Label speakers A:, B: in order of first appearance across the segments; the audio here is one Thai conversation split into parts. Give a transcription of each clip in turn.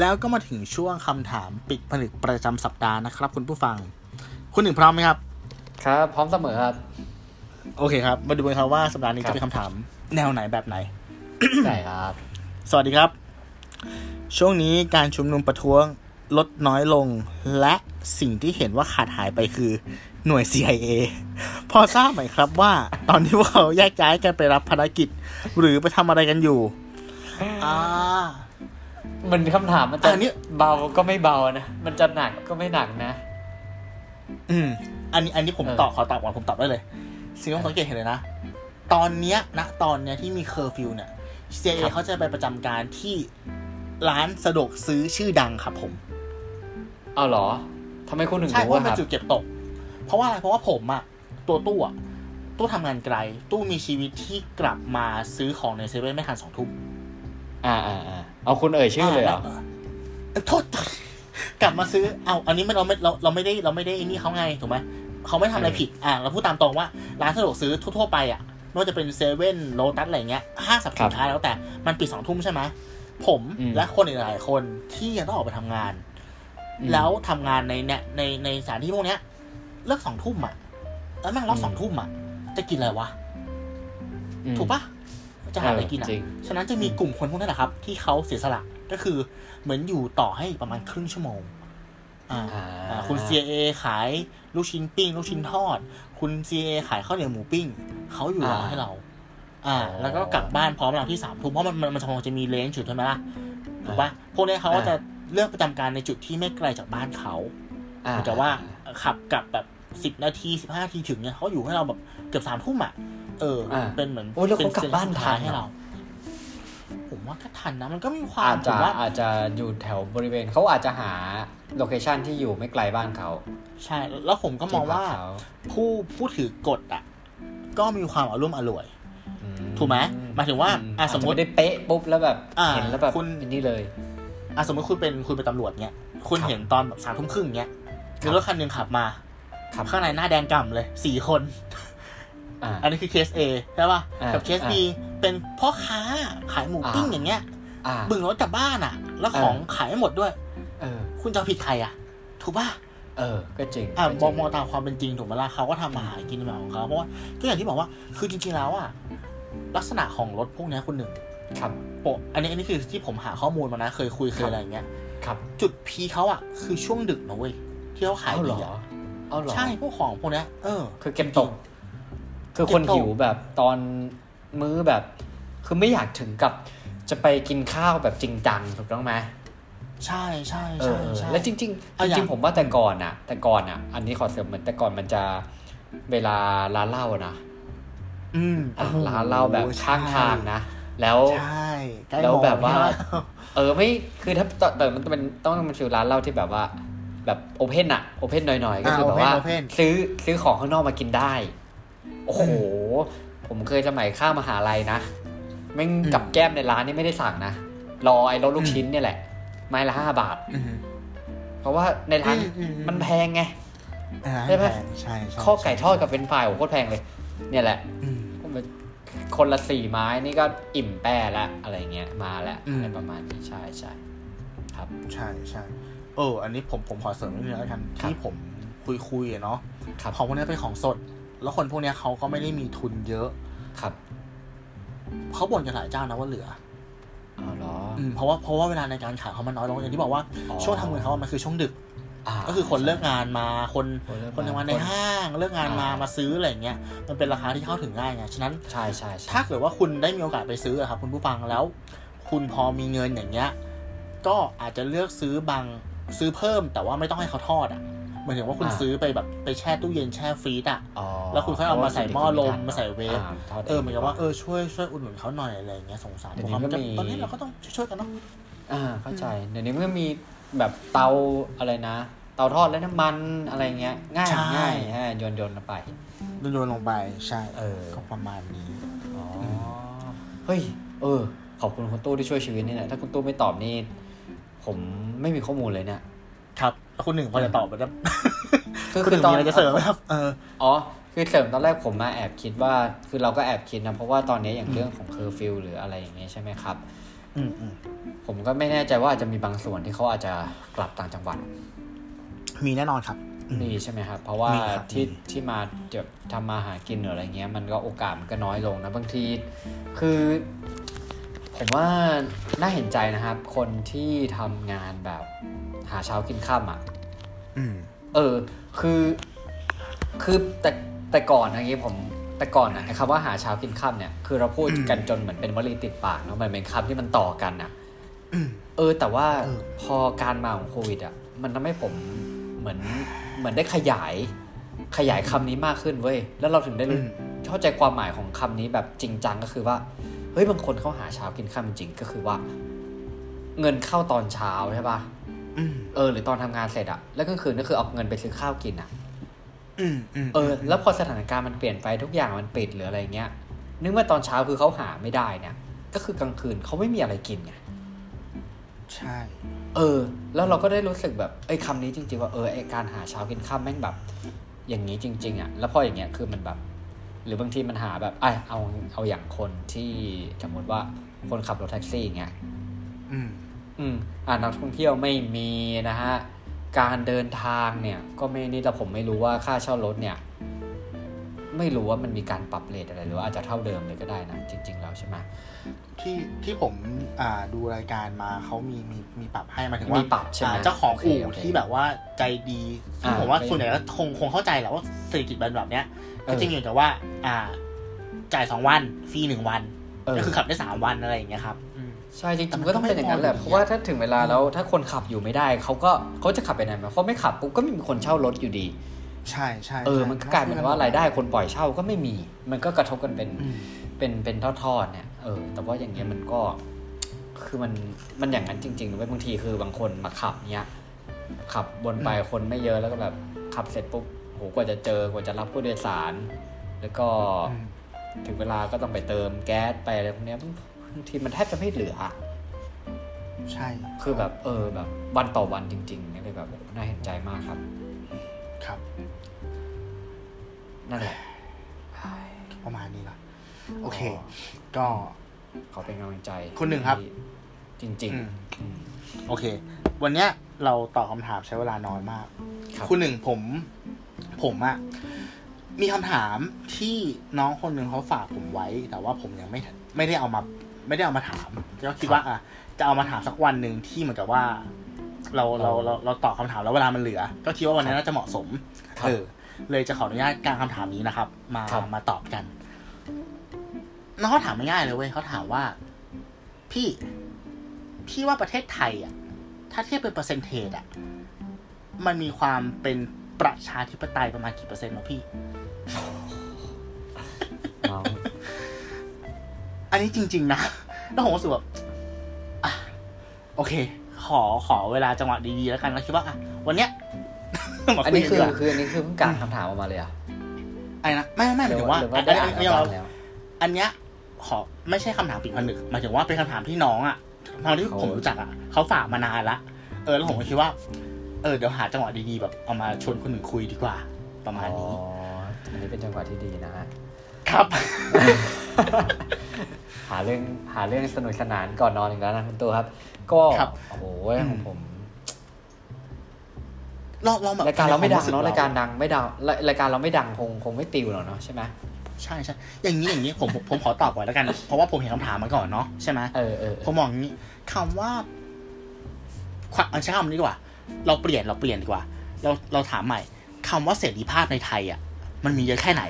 A: แล้วก็มาถึงช่วงคำถามปิดผนึกประจำสัปดาห์นะครับ คุณผู้ฟัง คุณหนึ่งพร้อมไหมครับ
B: ครับ พร้อมเสมอ ครับ
A: โอเคครับ มาดูกันครับว่าสัปดาห์นี้
B: ครั
A: จะ
B: บ
A: เป็นคำถามแนวไหนแบบไหน
B: ใช่ครับ
A: สวัสดีครับ ช่วงนี้การชุมนุมประท้วงลดน้อยลง และสิ่งที่เห็นว่าขาดหายไปคือหน่วย CIA พอทราบไหมครับว่า ตอนที่พวกเขาแยกย้ายกันไปรับภารกิจ หรือไปทำอะไรกันอยู่ อ่า
B: มันคำถามมันจะ
A: อันนี้
B: เบาก็ไม่เบานะ มันจะหนักก็ไม่หนักนะ
A: อืม อันนี้อันนี้ผม
B: เออ
A: ตอบขอตอบก่อนผมตอบได้เลย สิ่งที่ผมสังเกตเห็นเลยนะ ตอนเนี้ยณตอนเนี้ยที่มีเคอร์ฟิวเนี่ย CIA เขาจะไปประจำการที่ร้านสะดวกซื้อชื่อดังครับผม
B: เอาเหรอทำไมคุณถึง
A: ใช่เพ
B: รู้
A: ราะมัน
B: อะ
A: เป็
B: คน รับ
A: จุดเก็บตก เพราะว่าอะไร เพราะว่าผมอะตัวตู้อะตู้ทำงานไกล ตู้มีชีวิตที่กลับมาซื้อของในเซเว่นไม่ทันสองทุ่ม
B: อ่าอ่าอ่าเอาคุณเอ่ยชื่อเลยเหรอ
A: าเออโทษ กลับมาซื้อ เอาอันนี้มันเราไม่เราเราไม่ได้เราไม่ได้ไอ้นี่เขาไงถูกไหมเขาไม่ทำอะไร
B: เออ
A: ผิด อ่าเราพูดตามตรงว่าร้านสะดวกซื้อทั่วๆไปอ่ะไม่ว่าจะเป็นเซเว่นโลตัสอะไรเงี้ยห้างสรรพสินค้าแล้วแต่มันปิดสองทุ่มใช่ไหมผม
B: อืม
A: และคนอีกหลายคนที่ยังต้องออกไปทำงาน
B: อืม
A: แล้วทำงานในเนี่ยในในสถานที่พวกเนี้ย เลิกสองทุ่มอ่ะแล้วนั่งรอบ
B: อืม
A: สองทุ่มอ่ะ จะกินอะไรวะ
B: อืม
A: ถูกปะจะหาอะไรกินอ่ะ
B: เออจริง
A: ฉะนั้นจะมีกลุ่มคนพวกนั้นแหละครับ ที่เขาเสียสละก็คือเหมือนอยู่ต่อให้ประมาณครึ่งชั่วโมง อ่า
B: อ่า
A: อ่าคุณ CIA ขายลูกชิ้นปิ้ง ลูกชิ้นทอด คุณ CIA ขายข้าวเหนียวหมูปิ้ง เขาอยู่รออาให้เรา อ่า
B: อ๋อ
A: แล้วก็กลับบ้านพร้อมเราที่สามทุ่มเพราะมันมันมันจะคงจะมีเลนจ์อยู่ใช่ไหมล่ะถูกปะพวกเนี้ยเขาก็
B: อ่า
A: จะเลือกประจำการในจุดที่ไม่ไกลจากบ้านเขา
B: อ่
A: เหมือนกับว่าขับกลับแบบสิบ10 นาทีสิบห้าทีถึงเนี่ยเขาอยู่ให้เราแบบเกือบสามทุ่มอ่ะ เอออา เป็นเหมือน
B: โอ้ยแล้ว
A: ป็
B: เขากลับบ้านทันเหรอ
A: ให้เรา ผมว่าก็ทันนะมันก็มีความ
B: อาจ
A: ผ
B: จะ
A: มว่า
B: อาจจะอยู่แถวบริเวณเขาอาจจะหาโลเคชันที่อยู่ไม่ไกลบ้านเขา
A: ใช่ แล้วผมก็มองว่า
B: ที่พักเขา
A: ผู้ผู้ถือกฎอ่ะ ก็มีความอารมณ์อร่วย
B: อื
A: ถูกไหมหมายถึงว่าอ่ะ
B: จจะ
A: สมมุติ
B: ไได้เป๊ะปุ๊บแล้วแบบ
A: อ่า
B: เห็นแล้วแบบ
A: คุณ
B: อันนี่เลย
A: อ่ะสมมติคุณเป็นคุณเป็นตำรวจเนี่ยคุณ
B: ครับ
A: เห็นตอนแบบสามทุ่มครึ่งเนี่ย
B: ครั
A: มี
B: บ
A: รถคันหนึ่งขับมา
B: ครับ
A: ข้างในหน้าแดงก่ำเลยสี่คน
B: อ่า
A: อันนี้คือเคส A ใช่ป่ะ
B: อ่า
A: กับเคส
B: อ่า
A: B เป็นพ่อค้าขายหมูปิ้งอย่างเงี้ย
B: อ่า
A: บึงรถกลับบ้านอ่ะ แล้วของขายไม่หมดด้วย
B: เออ
A: คุณจะเอาผิดใครอ่ะ ถูกป่ะ
B: เออ ก็จริง
A: อ่ะ
B: ก็
A: ม
B: จริ
A: องมองตามความเป็นจริงถูกไหมล่ะเขาก็ทำมาหากินในแบบของเขาเพราะว่าก็อย่างที่บอกว่า คือจริงๆแล้วอ่ะ ลักษณะของรถพวกเนี้ยคุณหนึ่ง
B: ครับ
A: โปะอันนี้อันนี้คือที่ผมหาข้อมูลมานะ เคยคุยเคยอะไรอย่างเงี้ย
B: ครับ
A: จุดพีคเขาอ่ะ คือช่วงดึกนะเว้ย ที่เขาขาย
B: เอาเหร
A: ดี
B: อ
A: อ่ะ
B: เอาเหรอ
A: ใช่พวกของพวกเนี้ย เออ
B: คือเก็บตก คือคน
A: เก็บตก
B: หิวแบบตอนมื้อแบบ คือไม่อยากถึงกับจะไปกินข้าวแบบจริงจังถูกต้องไหม
A: ใช่ใช่
B: เอ
A: ใช่
B: อ
A: ใช่
B: แล้วจริง
A: เอาอ
B: ๆ จ
A: ย่าง
B: ริงๆผมว่าแต่ก่อนอะแต่ก่อนอะอันนี้ขอเสริมเหมือนแต่ก่อนมันจะเวลาร้านเหล้าอะนะ
A: อืม
B: อ่ะร้านเหล้าแบบข้างทางนะ แล้ว
A: ใช่ใก
B: แล้วแบบว่า
A: หมด
B: เออไม่คือถ้าแต่แต่มันเป็นต้องมันฟิลร้านเหล้าที่แบบว่า แบบโอเพนอะโอเพนหน่อยๆ ก็
A: แล้ว
B: คือแบบว่า
A: เโเพน
B: ซื้อซื้อของข้างนอกมากินได้ โอ้โห ผมเคยสมัยข้ามหาลัยนะแม่ง
A: อืม
B: กับแก้มในร้านนี่ไม่ได้สั่งนะ รอไอ้รถลูก
A: อืม
B: ชิ้นเนี่ยแหละ ไม้ละห้าบาท
A: อืม
B: เพราะว่าในร้าน
A: อือื
B: มันแพงไง
A: อ่า
B: ใช่ปะ
A: ใช่ใช่
B: ข้อไก่ทอดกับเฟรนช์ฟรายโอ้โหโคตรแพงเลย เนี่ยแหละ
A: อืม
B: คนละสี่ไม้นี่ก็อิ่มแป้ละอะไรเงี้ยมาละ
A: อืม
B: อะไรประมาณนี้ใช่ใช่
A: ใช่ใช่เออ อันนี้ผมผมขอเสริมนิดนึงแล้วกัน
B: ครับ
A: ที่ผมคุยคุยอะเนาะ
B: ครับ
A: ของพวกเนี้ยเป็นของสด แล้วคนพวกเนี้ยเขาก็ไม่ได้มีทุนเยอะ
B: ครับ
A: เขาบ่นกันหลายเจ้านะว่าเหลือ
B: เอาเหรอ
A: อืมเพราะว่าเพราะว่าเวลาในการขายเขามันน้อยลงอย่างที่บอกว่า
B: อ๋อ
A: ช่วงทำเงินเขาอะมันคือช่วงดึก
B: า
A: ก็คือคนเลิกงานมาคน
B: เลิก
A: คนทำงานในห้างเลิกงานมามาซื้ออะไรอย่างเงี้ยมันเป็นราคาที่เข้าถึงง่ายไงฉะนั้น
B: ใช่ใช่ใช่
A: ถ้าเกิดว่าคุณได้มีโอกาสไปซื้ออะครับคุณผู้ฟังแล้ว คุณพอมีเงินอย่างเงี้ย ก็อาจจะเลือกซื้อบางซื้อเพิ่มแต่ว่าไม่ต้องให้เขาทอดอ่ะหมายถึงว่าคุณ
B: อ่า
A: ซื้อไปแบบไปแช่ตู้เย็นแช่ฟรีซอ่ะ
B: อ๋อ
A: แล้วคุณค่อยเอามาใส่หม้อลมมาใส่เวฟ
B: อ่ทด
A: เออเหมือนกับว่าเอ
B: ดี
A: อช่วยช่วยอุดหนุนเขาหน่อยอะไรอย่างเงี้ยสงสาร
B: เดี๋ยว
A: พ
B: นี้
A: วกเขา
B: ก็มี
A: ตอนนี้เราก็ต้องช่วยๆกันเนาะ
B: อ่าเข้าใจ เดี๋ยวนี้มันก็มีแบบเตาอะไรนะ เตาทอดไร้น้ำมันอะไรเงี้ย ง่าย
A: ใช่
B: ง่ายฮะโยนโยนลงไป
A: โยนๆลงไปใช่
B: เออ
A: ก็ประมาณนี้
B: อ๋อเฮ้ย เออ ขอบคุณคุณตู้ที่ช่วยชีวิตนี่แหละถ้าคุณตู้ไม่ตอบนี่ ผมไม่มีข้อมูลเลยเนี่ย
A: ครับแล้วคุณหนึ่งพอจะตอบไปแล้ว
B: คือ
A: คุณหนึ่ง
B: คือตอน
A: มีอะไรจะเสริมไหมครับเออ
B: อ๋อ คือเสริมตอนแรกผมมาแอบคิดว่า คือเราก็แอบคิดนะ เพราะว่าตอนนี้อย่างเรื่องของเคอร์ฟิวหรืออะไรอย่างเงี้ยใช่ไหมครับ
A: อืมอืม
B: ผมก็ไม่แน่ใจว่าอาจจะมีบางส่วนที่เขาอาจจะกลับต่างจังหวัด
A: มีแน่นอนครับอืม
B: นี่ใช่ไหมครับ เพราะว่า
A: มีครับ
B: ที่
A: มี
B: ที่มาจะทำมาหากินหรืออะไรเงี้ย มันก็โอกาสมันก็น้อยลงนะบางที คือ ผมว่าน่าเห็นใจนะครับ คนที่ทำงานแบบหาเช้ากินค่ำอ่ะ
A: อืม
B: เออ คือ คือแต่แต่ก่อนอย่างงี้ผมแต่ก่อนอะไอ้คำว่าหาเช้ากินค่ำเนี่ยคือเราพูดกันจนเหมือนเป็นวลีติดปากเนาะมันเป็นคำที่มันต่อกันอะเออ แต่ว่า
A: เออ
B: พอการมาของโควิดอะมันทำให้ผมเหมือนเหมือนได้ขยายขยายคำนี้มากขึ้นเว้ยแล้วเราถึงได้รู้เข้าใจความหมายของคำนี้แบบจริงจังก็คือว่าเฮ้ยบางคนเขาหาเช้ากินค่ำจริงๆก็คือว่า เงินเข้าตอนเช้าใช่ปะ
A: อืม
B: เออหรือตอนทำงานเสร็จอะแล้วกลางคืนก็คือเอาเงินไปซื้อข้าวกินอะ
A: อืมอืม
B: เออแล้วพอสถานการณ์มันเปลี่ยนไปทุกอย่างมันปิดหรืออะไรเงี้ยนึกว่าตอนเช้าคือเขาหาไม่ได้เนี่ยก็คือกลางคืนเขาไม่มีอะไรกินไง
A: ใช่
B: เออ แล้วเราก็ได้รู้สึกแบบไอ้ยคำนี้จริงๆว่าเออไอ้การหาเช้ากินข้ามแม่งแบบ อย่างนี้จริง ๆอะแล้วพออย่างเงี้ยคือมันแบบ หรือบางทีมันหาแบบไอ้ยเอาเอาอย่างคนที่สมมติว่าคนขับรถแท็กซี่อย่างเงี้ย
A: อืม
B: อืมอ่านักท่องเที่ยวไม่มีนะฮะ การเดินทางเนี่ย ก็ไม่นี่แต่ผมไม่รู้ว่าค่าเช่ารถเนี่ย ไม่รู้ว่ามันมีการปรับเลทอะไรหรือว่าอาจจะเท่าเดิมเลยก็ได้นะจริง ๆ แล้วใช่ไหม
A: ที่ที่ผมอ่าดูรายการมาเขามีมีมีปรับให้หมายถึงว่า
B: มีปรับใช่ไหม
A: อ่าเจ้าของ
B: โค
A: อู่
B: โเค
A: ที่แบบว่าใจดีซึ่ง
B: อ่า
A: ผมว่า
B: ไม่
A: ส่วนใหญ่ก็คงคงเข้าใจแหละว่าเศรษฐกิจแบบเนี้ย
B: เอ
A: ก็
B: อ
A: จริงอยู่แต่ว่า อ่า จ่ายสองวันฟรีหนึ่งวัน
B: เออ
A: ก็คือขับได้สามวันอะไรอย่างเงี้ยครับ
B: ใช่จริ
A: แต่
B: ง
A: มัน
B: ๆก็ต้องเป็นอย่างนั้นแหละ
A: ก็ไม่
B: เพ
A: พออยู่ดีอะ
B: ราะว่าถ้าถึงเวลาแล้วถ้าคนขับอยู่ไม่ได้เขาก็เขาจะขับไปไหนมาเพราะไม่ขับปุ๊บก็ไม่มีคนเช่ารถอยู่ดี
A: ใช่ใช่
B: เออ
A: ใช่
B: มันก็กลายเป็นว่ารายได้คนปล่อยเช่าก็ไม่มี มันก็กระทบกันเป็น
A: อืม
B: เป็นเป็นทอดๆเนี่ย เออ แต่ว่าอย่างเงี้ยมันก็ คือมัน มันอย่างนั้นจริงๆนะเว้ยบางทีคือบางคนมาขับเนี้ย ขับบนไปคนไม่เยอะแล้วก็แบบขับเสร็จปุ๊บ โห กว่าจะเจอ กว่าจะรับผู้โดยสาร แล้วก็
A: อืม
B: ถึงเวลาก็ต้องไปเติมแก๊สไปอะไรพวกเนี้ยบางทีมันแทบจะไม่เหลืออะ
A: ใช่
B: คือแบบ เออ แบบวันต่อวันจริงๆเนี่ยเลยแบบโอ้น่าเห็นใจมากครับ
A: ครับ
B: นั่นแหละ
A: ประมาณนี้ละโอเค ก็
B: ขอเป็นกำลังใจ
A: คนหนึ่งครับ
B: จริง
A: อืม
B: ๆอืม
A: โอเค วันเนี้ยเราตอบคำถามใช้เวลาน้อยมาก
B: รับ
A: คุณหนึ่งผม ผมอะมีคำถามที่น้องคนหนึ่งเขาฝากผมไว้ แต่ว่าผมยังไม่ทันไม่ได้เอามา ไม่ได้เอามาถามก็คิดว่าอะจะเอามาถามสักวันหนึ่งที่เหมือนกับว่า เราเราเราเราตอบคำถามแล้วเวลามันเหลือ ก็คิดว่าวันนั้นน่าจะเหมาะสม
B: ครับ
A: เออเลยจะขออนุญาตกางคำถามนี้นะครับ มา
B: ครับ
A: มาตอบกันน้องเขาถามง่ายๆเลยเว้ยเขาถามว่า พี่พี่ว่าประเทศไทยอะถ้าเทียบเป็นเปอร์เซนเทจอะ มันมีความเป็นประชาธิปไตยประมาณกี่เปอร์เซ็นต์วะพี่
B: เมา
A: อันนี้จริง ๆ นะ แล้วผมรู้สึกแบบอ่ะโอเค ขอขอเวลาจังหวะดี ๆ แล้วกันแล้วคิดว่าอ่ะวันเนี้ย มา
B: อัน
A: ย
B: นี้
A: กั
B: คือ
A: ดีกว่า
B: คืออันนี้คือเพิ่งกางคำถามออกมาเลยอะ
A: อะไรนะไม่ไม่ไม่หมายถึงว่า
B: หรือ
A: อั
B: ว่าน ได้
A: นี้
B: อ่าน
A: ไม่ย
B: แล้
A: อม
B: ว
A: เรา
B: ฟังแล้ว
A: อันเนี้ยขอไม่ใช่คำถามปิดผนึกหมายถึงว่าเป็นคำถามที่น้องอ่ะตอนที่
B: เขา
A: ผมรู้จักอ่ะเขาฝากมานานละเออแล้วผมก็คิดว่า เออเดี๋ยวหาจังหวะดีๆแบบเอามาชวนคนอื่นคุยดีกว่า ประมาณนี้
B: อ๋ออันนี้เป็นจังหวะที่ดีนะฮะ
A: ครับ
B: หาเรื่องหาเรื่องสนุกสนานก่อนนอนอีกแล้วนะคุณตัวครับ ก็
A: ครับ
B: โอ้โหของผม
A: ลองลองแบบ
B: รายการเราไม่ดัง
A: ใช้คว
B: เนาะ
A: สึ
B: รายการดังไม่ดังรายรายการเราไม่ดังคงคงไม่ติวหรอกเนาะใช่ไหม
A: ใช่ใช่อย่างนี้อย่างนี้ผมผมผมขอตอบก่อนแล้วกัน เพราะว่าผมเห็นคำถามมาก่อนเนาะใช่ไหม
B: เออเออ
A: ผมมองอย่างนี้คำว่าความเอาใช้คำนี้ดีกว่า เราเปลี่ยนเราเปลี่ยนดีกว่า เราเราถามใหม่คำว่าเสรีภาพในไทยอ่ะ มันมีเยอะแค่ไหน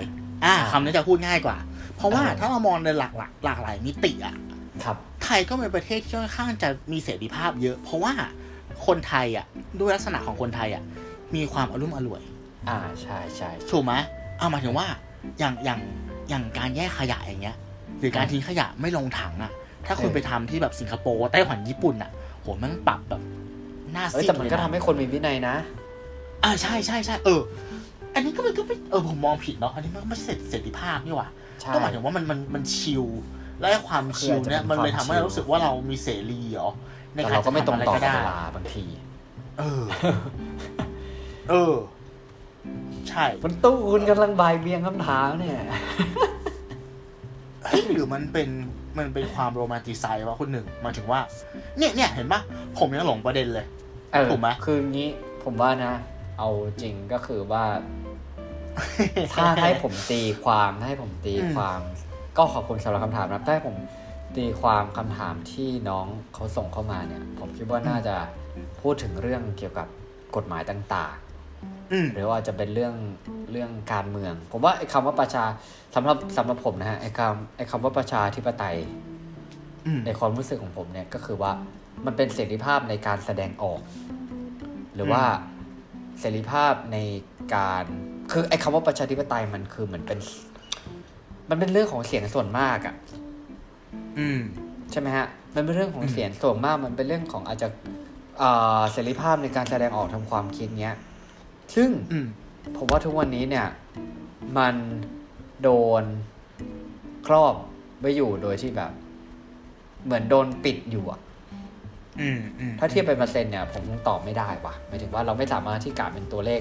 A: อ่าคำนี้จะพูดง่ายกว่า เพราะว่าถ้าเรามองในหลากหลายหลากหลายมิติอ่ะ
B: ครับ
A: ไทยก็เป็นประเทศที่ค่อนข้างจะมีเสรีภาพเยอะ เพราะว่าคนไทยอ่ะด้วยลักษณะของคนไทยอ่ะ มีความอารมณ์อร่วย
B: อ่าใช่ใช่
A: ถูกไหมเอาหมายถึงว่า อย่างอย่างอย่างการแยกขยะอย่างเงี้ย หรือการทิ้งขยะไม่ลงถังอะถ้าคุณ
B: เออ
A: ไปทำที่แบบสิงคโปร์ไต้หวันญี่ปุ่นอะโหมันปรับแบบหน้า
B: เอ้
A: ซี
B: ย
A: ด
B: แต่มัน
A: เลย
B: ก็
A: นะ
B: ทำให้คนมีวินัยนะ
A: อ่าใช่ใช่ใช่เออ อันนี้ก็มันก็ไม่เออผมมองผิดเนาะอันนี้มันก็ไม่ใช่เสรีภาพนี่หว่า
B: ใช่
A: ก็หมายถึงว่ามันมันมันชิลและไอ้ความชิลเนี่ย
B: คืออาจจะเป็น
A: มันเลย
B: ควา
A: ทำ
B: ม
A: ให้เรา
B: ชิล
A: รู้สึกว่าเรามีเสรีเหรอใน
B: แต่
A: การ
B: เราก็ไม่ตรงต่อ
A: จะทำะ
B: กับ
A: ได้
B: เวลาบางที
A: เออ เออ ใช่
B: คุณตู้คุณกำลังบายเบียงคำถามเนี่ย
A: เฮ้ยหรือมันเป็นมันเป็นความโรแมนติไซด์วะคุณหนึ่งหมายถึงว่า เนี่ยเนี่ยเห็นปะผมยังหลงประเด็นเลย
B: เออ
A: ถูกไหม
B: คืองี้ผมว่านะ เอาจริงก็คือ ว่า ถ้าให้ผมตีความถ้าให้ผมตีความ ก็ขอบคุณสำหรับคำถามนะครับถ้าให้ผมตีความคำถามที่น้องเขาส่งเข้ามาเนี่ย ผมคิดว่าน่าจะพูดถึงเรื่องเกี่ยวกับกฎหมายต่าง
A: อืม
B: ๆ หรือว่าจะเป็นเรื่องเรื่องการเมือง ผมว่าไอ้คำว่าประชาสำหรับสำหรับผมนะฮะไอ้คำไอ้คำว่าประชาธิปไตย
A: อืม
B: ในความรู้สึกของผมเนี่ยก็คือว่ามันเป็นเสรีภาพในการแสดงออก หรือว่าเสรีภาพในการคือไอ้คำว่าประชาธิปไตยมันคือเหมือนเป็น มันเป็นเรื่องของเสียงส่วนมากอะ
A: อืม
B: ใช่ไหมฮะมันเป็นเรื่องของ
A: อืม
B: เสียงส่วนมาก มันเป็นเรื่องของอาจจะเอ่อเสรีภาพในการแสดงออกทางความคิดเนี้ยซึ่ง
A: อืม
B: ผมว่าทุกวันนี้เนี่ย มันโดนครอบไว้อยู่โดยที่แบบ เหมือนโดนปิดอยู่อะ
A: อืมอืม
B: ถ้าเทียบเป็นเปอร์เซ็นต์เนี่ย ผมคงตอบไม่ได้ว่ะหมายถึงว่าเราไม่สามารถที่กะเป็นตัวเลข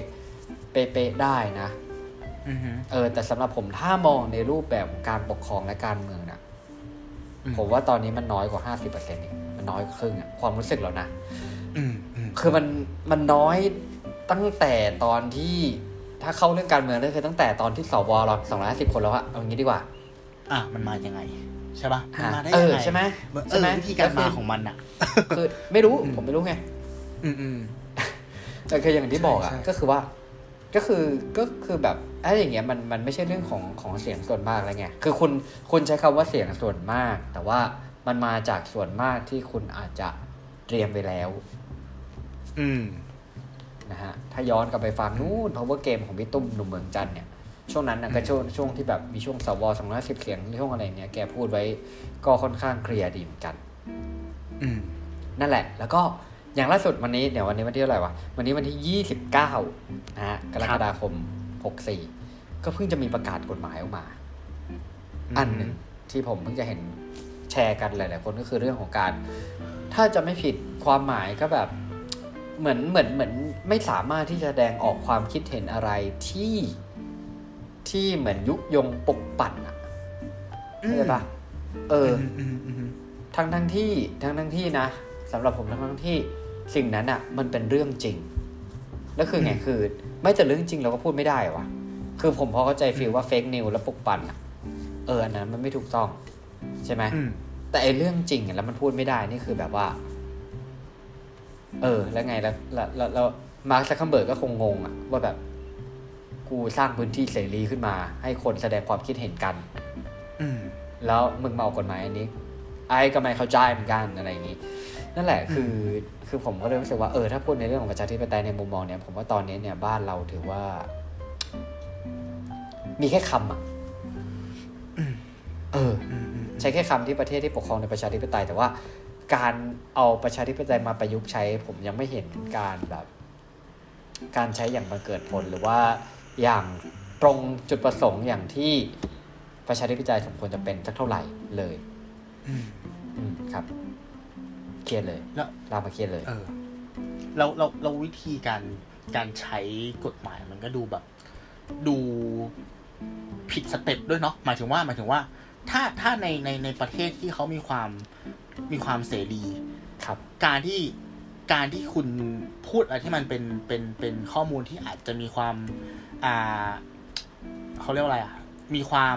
B: เป๊ะๆได้นะ
A: อืมฮึ
B: เออ แต่สำหรับผมถ้ามองในรูปแบบของการปกครองและการเมืองนะ
A: อื
B: ผมว่าตอนนี้มันน้อยกว่า 50%เองมันน้อยกว่าครึ่งอะความรู้สึกเรานะ
A: อืมอืม
B: คือมันมันน้อยตั้งแต่ตอนที่ถ้าเข้าเรื่องการเมืองเลยคือตั้งแต่ตอนที่สวเราสองร้อยสิบคนแล้วอะเอางี้ดีกว่า
A: อ่ะมันมายังไง ใช่ปะมันมาได้
B: เอ
A: ยัง
B: อ
A: ไง
B: ใช่ไหม
A: เอ
B: ใช่
A: อ
B: ไหม
A: วิธีการมาของมันอ่ะ
B: คือไม่รู้
A: อืม
B: ผมไม่รู้ไง
A: อืมอืม
B: แต่คืออย่างที่บอกอะ
A: ใช่ใช่
B: ก็คือว่า ก็คือก็คือแบบไอ้อย่างเงี้ยมันมันไม่ใช่เรื่องของของเสียงส่วนมากอะไรไงคือคุณคุณใช้คำว่าเสียงส่วนมาก แต่ว่ามันมาจากส่วนมากที่คุณอาจจะเตรียมไปแล้ว
A: อืม
B: นะฮะถ้าย้อนกลับไปฟังนู่น power game ของพี่ตุ้มหนุ่มเมืองจันทน์เนี่ยช่วงนั้นนะก็ช่วงช่วงที่แบบมีช่วงสวสองร้อยสิบเสียงช่วงอะไรเนี่ยแกพูดไว้ก็ค่อนข้างเคลียร์ดีเหมือนกัน
A: อืม
B: นั่นแหละ แล้วก็อย่างล่าสุดวันนี้เดี๋ยววันนี้วันที่เท่าไหร่วะ วันนี้วันที่ยี่สิบเก้านะฮะกรกฎาคมหกสี่ก็เพิ่งจะมีประกาศกฎหมายออกมา อันหนึ่งที่ผมเพิ่งจะเห็นแชร์กันหลาย ๆ คนก็คือเรื่องของการ ถ้าจะไม่ผิดความหมายก็แบบ เหมือนเหมือนเหมือนไม่สามารถที่จะแสดงออกความคิดเห็นอะไรที่ที่เหมือนยุยงปลุกปั่นอะ
A: อืม
B: เข้าใช่ปะเออ
A: ม
B: อ
A: อืมอืม
B: ทั้งทั้งที่ทั้งทั้งที่นะสำหรับผมทั้งทั้งที่สิ่งนั้นอ่ะ มันเป็นเรื่องจริง แล้วคือไงคือ ไม่แต่เรื่องจริงเราก็พูดไม่ได้วะคือผมพอเข้าใจฟีลว่าเฟกนิวและปลุกปั่นอ่ะเอออันนั้นมันไม่ถูกต้อง ใช่ไหม
A: อืม
B: แต่ไอเรื่องจริงอะแล้วมันพูดไม่ได้นี่คือแบบว่า เออ แล้วไงแล้วแล้วแล้วแล้วมาร์คซักคัมเบิร์กก็คงงงอ่ะว่าแบบ กูสร้างพื้นที่เสรีขึ้นมา ให้คนแสดงความคิดเห็นกัน
A: อืม
B: แล้วมึงมาออกกฎหมายอันนี้ ไอ้ก็ไม่เข้าใจเหมือนกันอะไรอย่างนี้ นั่นแหละคือคือผมก็เลยรู้สึกว่าเออถ้าพูดในเรื่องของประชาธิปไตยในมุมมองเนี่ยผมว่าตอนนี้เนี่ยบ้านเราถือว่า มีแค่คำอ่ะ
A: อืม
B: เออ
A: อืมอืม
B: ใช้แค่คำที่ประเทศที่ปกครองในประชาธิปไตย แต่ว่าการเอาประชาธิปไตยมาประยุกต์ใช้ ผมยังไม่เห็นการแบบ การใช้อย่างบังเกิดผลหรือว่าอย่างตรงจุดประสงค์อย่างที่ประชาธิปไตยสมควรจะเป็นสักเท่าไหร่เลย
A: อืม
B: อืมครับ เครียดเลย
A: แล้ว
B: ลามมาเครียดเลย
A: เออเราเราเราวิธีการการใช้กฎหมายมันก็ดูแบบ ดูผิดสเต็ปด้วยเนาะหมายถึงว่าหมายถึงว่า ถ้าถ้าในในในประเทศที่เขามีความมีความเสรี
B: ครับ
A: การที่การที่คุณพูดอะไรที่มันเป็นเป็นเป็นข้อมูลที่อาจจะมีความ อ่าเขาเรียกว่าอะไรอ่ะ มีความ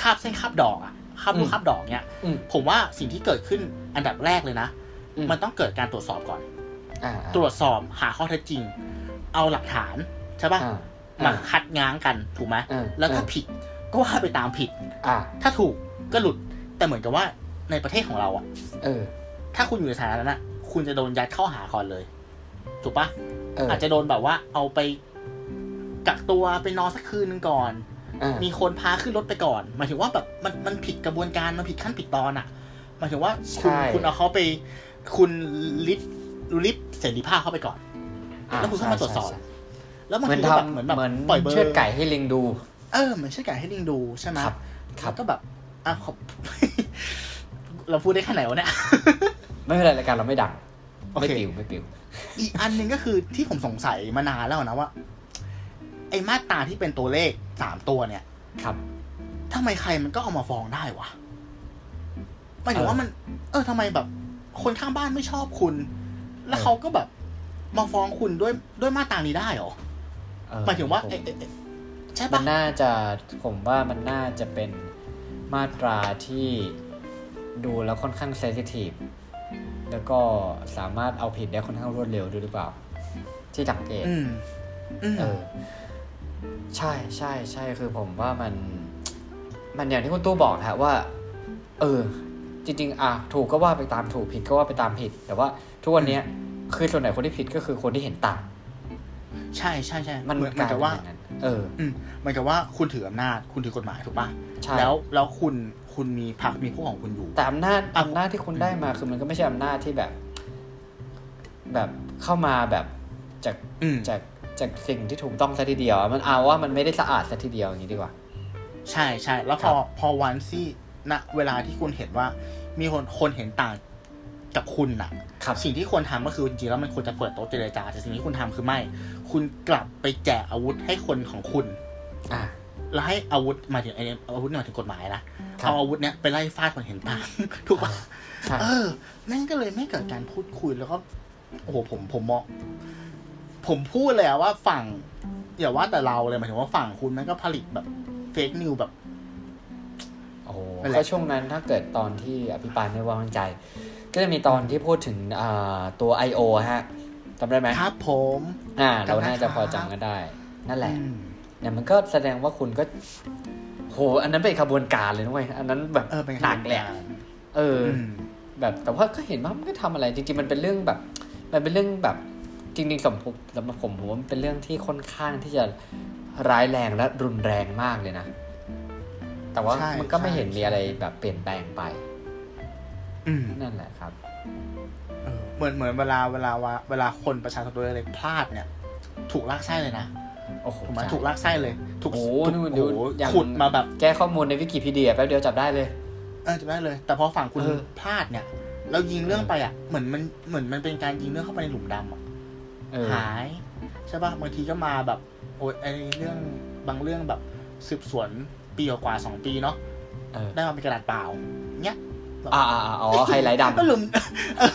A: คาบเส้นคาบดอกอ่ะคาบลู
B: อื
A: ก
B: ม
A: คาบดอกเนี้ย
B: อืม
A: ผมว่าสิ่งที่เกิดขึ้นอันดับแรกเลยนะ
B: อืม
A: มันต้องเกิดการตรวจสอบก่อน
B: อ่าอ่า
A: ตรวจสอบหาข้อเท็จจริง เอาหลักฐานใช่ปะ
B: อ่า
A: มาคัดง้างกันถูกไหม
B: อ่า
A: แล้วถ้าผิดก็ว่าไปตามผิด
B: อ่า
A: ถ้าถูกก็หลุดแต่เหมือนกับว่าในประเทศของเราอ่ะ
B: เออ
A: ถ้าคุณอยู่ในสถานะนั้นอะคุณจะโดนยัดข้อหาก่อนเลย ถูกปะ
B: เออ
A: อาจจะโดนแบบว่าเอาไปกักตัวไปนอนสักคืนนึงก่อน
B: อ่า
A: มีคนพาขึ้นรถไปก่อนหมายถึงว่าแบบมันมันผิดกระบวนการมันผิดขั้นผิดตอนอะหมายถึงว่าคุณ
B: ใช่
A: คุณเอาเขาไป คุณลิบลิบเสรีภาพเข้าไปก่อน
B: อ่
A: แล้วคุณก็มาตรวจสอบ
B: ใช่ใช่
A: แล้วมัน
B: เหมือน
A: ก็แบบ
B: ทำ
A: เหมือนแบบ
B: เหมือน
A: ปล่อยเบอร์
B: เชือดไก่ให้ลิงดู
A: เออเหมือนเชือดไก่ให้ลิงดูใช่ไหม
B: ครับครับ
A: แล้วก็แบบอ่ะขอบ เราพูดได้แค่ไหนวะเนี่ย
B: ไม่เป็นไรรายการเราไม่ดัง
A: โอ
B: ไม่
A: เค
B: ปิวไม่ปิว
A: อีกอันหนึ่งก็คือที่ผมสงสัยมานานแล้วนะว่าไอ้มาตราที่เป็นตัวเลขสามตัวเนี่ย
B: ครับ
A: ทำไมใครมันก็เอามาฟ้องได้วะหมายถึง
B: เออ
A: ว่ามัน เออทำไมแบบ คนข้างบ้านไม่ชอบคุณ แล้
B: เอ
A: ว
B: อ
A: เขาก็แบบ มาฟ้องคุณด้วยด้วยมาตรานี้ได้เหรอ
B: เออ
A: หมายถึงว่า
B: ผม
A: เอ๊ะเอ๊ะเอ๊ะใช่
B: มั
A: ปะ
B: นน่าจะผมว่ามันน่าจะเป็นมาตราที่ดูแล้วค่อนข้างเซนซิทีฟแล้วก็สามารถเอาผิดได้ค่อนข้างรวดเร็วด้วยหรือเปล่า ที่สังเกต
A: อืม อืม
B: เออ ใช่ใช่ใช่คือผมว่ามัน มันอย่างที่คุณตู้บอกฮะว่า เออ จริง ๆ อ่ะ ถูกก็ว่าไปตามถูกผิดก็ว่าไปตามผิด แต่ว่าทุกวันเนี้ยคือส่วนไหนคนที่ผิดก็คือคนที่เห็นต่าง
A: ใช่ใช่ใช่
B: มัน
A: เหมือนเหมือน
B: กล
A: กับ
B: ย
A: ว่า
B: เป็อย่งนั้นเออ
A: อืมเหมือนกับว่าคุณถืออำนาจ คุณถือกฎหมายถูกปะ
B: ใช่
A: แล้วแล้วคุณคุณมีพรรคมีพวกของคุณอยู่
B: แต่อำนาจ
A: อ่ะ
B: อำนาจที่คุณได้มาคือมันก็ไม่ใช่อำนาจที่แบบ แบบเข้ามาแบบจาก
A: อืม
B: จากจากสิ่งที่ถูกต้องซะทีเดียวอะมันเอาว่ามันไม่ได้สะอาดซะทีเดียวอย่างนี้ดีกว่า
A: ใช่ใช่แล้วพ
B: ครั
A: อบ พอวันที่ณเวลาที่คุณเห็นว่า มีคนคนเห็นต่างกับคุณน่ะ
B: ครับ
A: สิ่งที่ควรทำก็คือจริงๆแล้วมันควรจะเปิดโต๊ะเจรจาแต่สิ่งที่คุณทำคือไม่ คุณกลับไปแจกอาวุธให้คนของคุณ
B: อ่า
A: แล้วให้อาวุธหมายถึงไอ้เนี่ยอาวุธหมายถึงกฎหมายนะครับ เอาอาวุธเนี้ยไปไล่ฟาดคนเห็นต่าง ถูกปะ
B: ใช่
A: เออแม่งก็เลยไม่เกิดการพูดคุยแล้วก็โอ้โหผมผมมองผมพูดเลยอะว่าฝั่งอย่าว่าแต่เราเลยหมายถึงว่าฝั่งคุณแม่งก็ผลิตแบบเฟกนิวแบบ
B: โอ้โห
A: นั่นแหละ
B: ก็ช่วงนั้นถ้าเกิดตอนที่อภิปรายไม่ไว้วางใจ ก็จะมีตอนที่พูดถึงอ่าตัว I.O. ฮะจำได้ไหม
A: ครับผม
B: อ่า เราน่าจะพอจำกันได้ นั่นแหละ
A: อืม
B: เนี่ยมันก็แสดงว่าคุณก็ โห อันนั้นเป็นขบวนการเลยนะเว้ยอันนั้นแบบ
A: เออเป็น
B: หนักแหละเออ
A: อื
B: อ
A: ม
B: แบบแต่ว่าก็เห็นว่ามันก็ทำอะไรจริงๆมันเป็นเรื่องแบบ มันเป็นเรื่องแบบจริงๆสำหรับผมสำหรับผมผมว่ามันเป็นเรื่องที่ค่อนข้างที่จะร้ายแรงและรุนแรงมากเลยนะ แต่ว่า
A: ใช่
B: มันก็ไม่
A: ใช่
B: เห็นมี
A: ใช่
B: อะไรแบบเปลี่ยนแปลงไป
A: อืม
B: นั่นแหละครับ
A: เออเหมือนเหมือนเวลาเวลาว่าเวลาคนประชาชนโดยอะไรพลาดเนี่ย ถูกลากไส้เลยนะ
B: โอ้โห
A: ถูกไหม
B: ใช่
A: ถูกลากไส้เลยถูก
B: โอ้โห
A: ถูก
B: นู่น
A: โอ้
B: ดู
A: โห
B: อย่าง
A: ขุดมาแบบ
B: แก้ข้อมูลในวิกิพีเดียแป๊บเดียวจับได้เลย
A: เออจำได้เลย แต่พอฝั่งคุณ
B: เออ
A: พลาดเนี่ย เรายิงเรื่องไปอ่ะ เหมือนมันเหมือนมันเป็นการยิงเรื่องเข้าไปในหลุมดำอ่ะ
B: เออ
A: หายใช่ปะบางทีก็มาแบบโอ้ยไอ้เรื่องบางเรื่องแบบสืบสวนปีกว่าๆสองปีเนาะ
B: เออ
A: ได้มาเป็นกระดาษเปล่าเนี้ย
B: อ่าอ่าอ่าอ๋อไฮไลท์ดำ
A: ก็หลุม เออ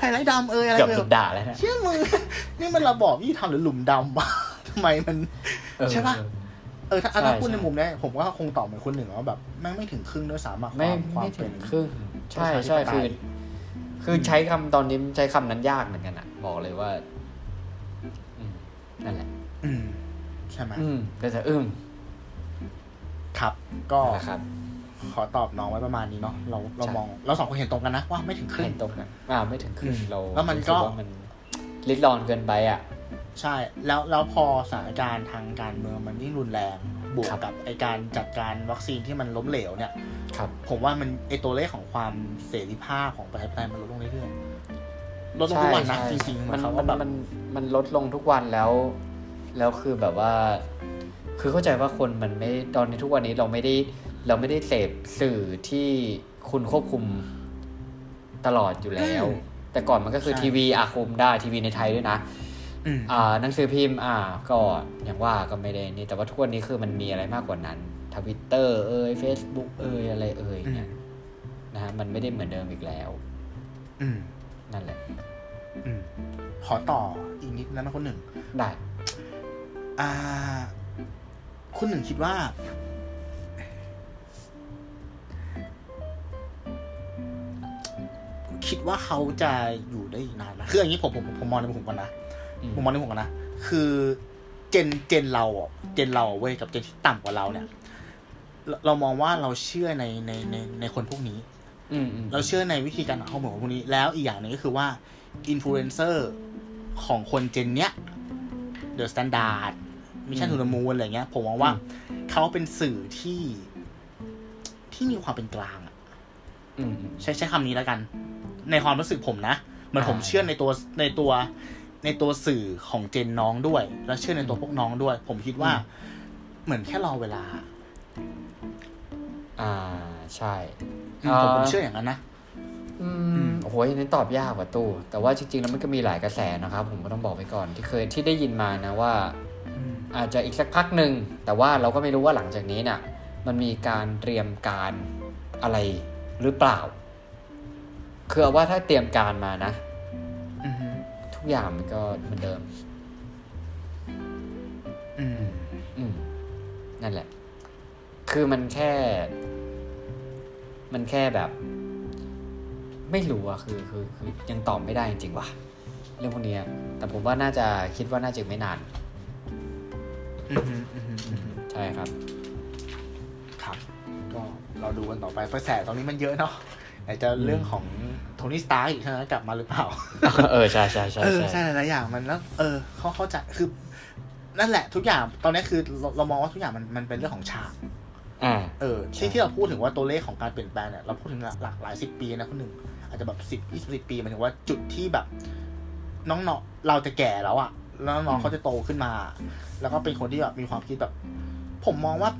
A: ไฮไลท์ดำเอยอะไร
B: เกือบ
A: เอย
B: ถูกด่าแล้วนะ
A: เชื่อมึง นี่มันระบอบยี่ทำหรือหลุมดำวะ ทำไมมัน
B: เออ
A: ใช่ปะ เออถ้าถ้า
B: ใช่
A: พูดใน
B: ใช่
A: มุมเนี้ยผมก็คงตอบเหมือนคนหนึ่งว่าแบบแม่งไม่ถึงครึ่งด้วยซ้ำอะค
B: ไม่
A: วามความ
B: ไม่
A: เป็
B: ถึ
A: น
B: งครึ่งใช่
A: ประชา
B: ใช่
A: ธิปไตย
B: คือคือใช้คำตอนนี้ใช้คำนั้นยากเหมือนกันอ่ะ บอกเลยว่า อืมนั่นแหละ
A: อืมใช่ไหม
B: อืมแต่แต่อืม
A: ครับ ก็
B: นะครับ
A: ขอตอบน้องไว้ประมาณนี้เนาะเราเรามองเราสองคนเห็นตรงกันนะว่าไม่ถึงครึ่ง
B: เห็นตรงกันอ่า ไม่ถึงครึ่ง
A: อืม
B: เรา
A: แล้วมัน
B: รู้สึ
A: ก็
B: ว่ามันลิดรอนเกินไปอ่ะ
A: ใช่ แล้วแล้วพอสถานการณ์ทางการเมืองมันยิ่งรุนแรง บวก
B: ครับ
A: กับไอการจัดการวัคซีนที่มันล้มเหลวเนี่ย
B: ครับ
A: ผมว่ามันไอตัวเลขของความเสรีภาพของประชาธิปไตยมันลดลงเรื่อยๆลดลงทุกวันนะจ
B: ใช่ใช่
A: ริงๆเหมื
B: มั
A: อน
B: น
A: เขา
B: มั
A: ว่าน แบบ
B: มันมันลดลงทุกวันแล้ว แล้วคือแบบว่า คือเข้าใจว่าคนมันไม่ตอนนี้ทุกวันนี้เราไม่ได้ เราไม่ได้เสพสื่อที่คุณควบคุมตลอดอยู่แล้ว แต่ก่อนมันก็คือทีวีอาคุมได้ทีวีในไทยด้วยนะ
A: อืม
B: อ่าหนังสือพิมพ์อ่าก็อย่างว่าก็ไม่ได้นี่แต่ว่าทุกวันนี้คือมันมีอะไรมากกว่านั้นทวิตเตอร์เอ่ย Facebook เอ่ยอะไรเอ่ย
A: อืม
B: เนี่ยนะฮะมันไม่ได้เหมือนเดิมอีกแล้ว
A: อืม
B: นั่นแหละ
A: อืมขอต่ออีกนิดนะนะคนหนึ่ง
B: ได้
A: อ่า คุณหนึ่งคิดว่า คิดว่าเขาจะอยู่ได้อีกนานไหมคืออย่างนี้ผมผมผมมองในมุมผมก่อนนะ
B: อืม
A: ผมมองในมุมผมก่อนนะคือเจนเจนเราอ่ะเจนเราอะเว้ยกับเจนที่ต่ำกว่าเราเนี่ยเราเรามองว่าเราเชื่อในในในในคนพวกนี้
B: อืมอืม
A: เราเชื่อในวิธีการหาข้อมูลของพวกนี้ แล้วอีกอย่างหนึ่งก็คือว่าอินฟลูเอนเซอร์ของคนเจนเนี้ยเดอะสแตนดาร์ดมิชชั่น
B: อื
A: ทู
B: ม
A: นมูนอะไรเงี้ย ผมมองว่า
B: อืม
A: เขาเป็นสื่อที่ที่มีความเป็นกลางอะ
B: อืมอืม
A: ใช้ใช้คำนี้แล้วกัน ในความรู้สึกผมนะเหมันผม
B: อ่า
A: เชื่อในตัวในตัวในตัวสื่อของเจนน้องด้วย และเชื่อในตัวพวกน้องด้วย ผมคิดว่า เหมือนแค่รอเวลา
B: อ่าใช่
A: อืมผมผมเชื่ออย่างนั้นนะ
B: อื
A: อื
B: ม
A: ม
B: โอ้โหอันนั้นตอบยากกว่าตู้ แต่ว่าจริงๆแล้วมันก็มีหลายกระแสนะครับ ผมก็ต้องบอกไปก่อนที่เคยที่ได้ยินมานะว่า อาจจะอีกสักพักหนึ่งแต่ว่าเราก็ไม่รู้ว่าหลังจากนี้น่ะ มันมีการเตรียมการอะไรหรือเปล่า คือเอาว่าถ้าเตรียมการมานะ
A: อือฮึ
B: ทุกอย่างมันก็เหมือนเดิม
A: อืม
B: อืม นั่นแหละ คือมันแค่ มันแค่แบบ ไม่รู้อะคือคือคือยังตอบไม่ได้จริงๆว่ะเรื่องพวกเนี้ยแต่ผมว่าน่าจะคิดว่าน่าจะไม่นาน
A: อือฮึอือฮึอือฮึ
B: ใช่ครับ
A: ครับ ก็เราดูกันต่อไปกระแสตอนนี้มันเยอะเนาะไหนจะเรื่องของโทนี่สตาร์อีกใช่ไหมกลับมาหรือเปล่า
B: เออ ใช่ใช่ใช่
A: เออ
B: ใช่
A: ใช่หลายๆอย่างมันแล้วเออเขาเข้าใจคือ นั่นแหละทุกอย่างตอนนี้คือเราเรามองว่าทุกอย่างมันมันเป็นเรื่องของฉาก
B: อ่า
A: เออที่ที่เราพูดถึงว่าตัวเลขของการเปลี่ยนแปลงเนี่ยเราพูดถึงหลักหลากหลายสิบปีนะคนหนึ่งอาจจะแบบสิบยี่สิบปีหมันถึงว่าจุดที่แบบ น้องๆเราจะแก่แล้วอะแล้วน้องๆเขาจะโตขึ้นมา แล้วก็เป็นคนที่แบบมีความคิดแบบ ผมมองว่า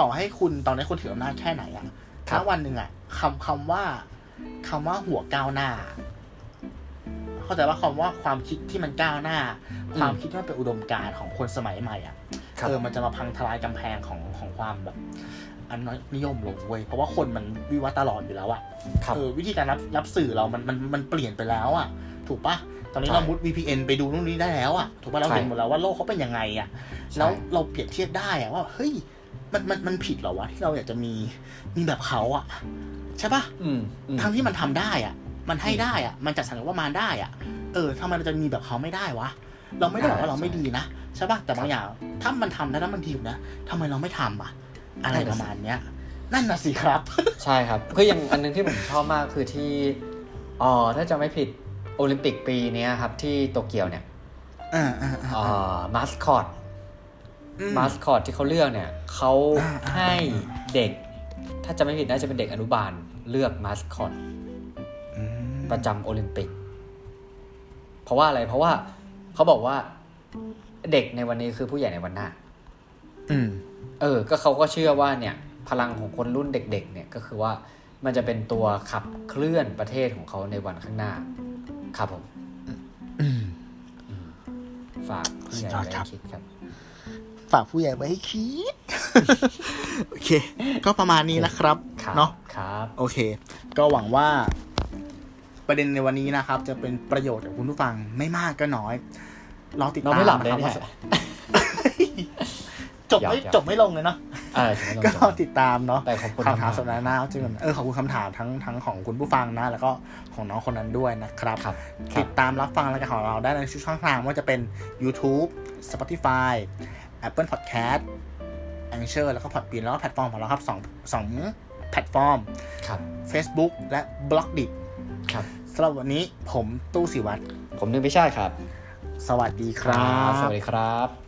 A: ต่อให้คุณตอนนี้คุณถืออำนาจแค่ไหนอะ
B: ครับ
A: ถ้าวันหนึ่งอะคำคำว่าคำว่าหัวก้าวหน้า เข้าใจว่าคำว่าความคิดที่มันก้าวหน้า ความคิดที่มันเป็นอุดมการณ์ของคนสมัยใหม่อะ
B: ครับ
A: เออ มันจะมาพังทลายกำแพงของของความแบบ อันน้อยนิยมลงเว้ย เพราะว่าคนมันวิวัฒน์ตลอดอยู่แล้วอะ
B: ครับ
A: เออวิธีการรับรับสื่อเรามันมันมันเปลี่ยนไปแล้วอะถูกปะตอนนี้
B: ใช่
A: เรามุด VPN ไปดูนู่นนี่ได้แล้วอะถูกปะเรา
B: ใช่
A: เห็นหมดแล้วว่าโลกเขาเป็นยังไงอะ
B: ใช่
A: แล้วเราเปรียบเทียบได้อะว่าเฮ้ยมันมันมันผิดเหรอวะที่เราอยากจะมีมีแบบเขาอะใช่ปะ
B: อืมอืม
A: ทั้งที่มันทำได้อะมันให้ได้อะมันจัดสรรงบประมาณได้อะเออทำไมเราจะมีแบบเขาไม่ได้วะ เราไม่ได้บอกว่าเราไม่ดีนะใช่ป่ะ แต่บางอย่าง ถ้ามันทำได้แล้วมันดีอยู่นะทำไมเราไม่ทำอ่ะ อะไร
B: นั่น
A: ประ
B: น่ะสิ
A: มาณเนี้ย นั่นน่ะสิครับ
B: ใช่ครับ คืออย่างอันหนึงที่ผมชอบมากคือที่อ๋อถ้าจะไม่ผิดโอลิมปิกปีเนี้ยครับ ที่โตเกียวเนี่ย
A: อ่าอ่าอ่า
B: อ่ามาสคอต
A: อืม
B: มาสคอตที่เขาเลือกเนี่ยเขา
A: อ่า
B: ให้เด็ก ถ้าจะไม่ผิดน่าจะเป็นเด็กอนุบาลเลือกมาสคอต
A: อืม
B: ประจำโอลิมปิก เพราะว่าอะไรเพราะว่าเขาบอกว่าเด็กในวันนี้คือผู้ใหญ่ในวันหน้า
A: อืม
B: เออ ก็เขาก็เชื่อว่าเนี่ย พลังของคนรุ่นเด็ก ๆ เนี่ยก็คือว่ามันจะเป็นตัวขับเคลื่อนประเทศของเขาในวันข้างหน้า ครับผม
A: อืม
B: อืมฝากผู้ใหญ่
A: สุดยอดค
B: ไว้
A: รับ
B: คิดครับ
A: ฝากผู้ใหญ่ไว้ให้คิด โอเค ก็ประมาณนี้นะครับ
B: ครับ
A: เนาะ
B: ครับ
A: โอเค ก็หวังว่าประเด็นในวันนี้นะครับ จะเป็นประโยชน์กับคุณผู้ฟังไม่มากก็น้อยรอติด
B: เรา
A: ตาม
B: ไม่หลับเลย
A: นะครั
B: เนี่
A: บ
B: ย
A: ว่า จบไม่
B: อยากๆ
A: จบไม่ลงเลยเนาะ
B: เออถึงไม่
A: ก็
B: ลง
A: ติดตามเนาะ
B: แต่ขอบคุณ
A: คำถามสัป
B: นะ
A: ดาห์หน้าจนเออขอบคุณคำถามทั้งทั้งของคุณผู้ฟังนะ แล้วก็ของน้องคนนั้นด้วยนะครับ
B: ครับครั
A: ติ
B: บ
A: ดตามรับฟังรายการของเราได้ในช่องทางไม่ว่าจะเป็น YouTube Spotify Apple Podcast a n c h o r แล้วก็ Podbean แล้วก็แพลตฟอร์มของเราครับสองสองแพลตฟอร์ม
B: ครับ
A: Facebook และ b ล็อกดิ
B: ครับ
A: สำหรับวันนี้ผมตู้สิวัตร
B: ผมนึกไม่ใช่ครับ
A: สวัสดีครับ
B: สวัสดีครับ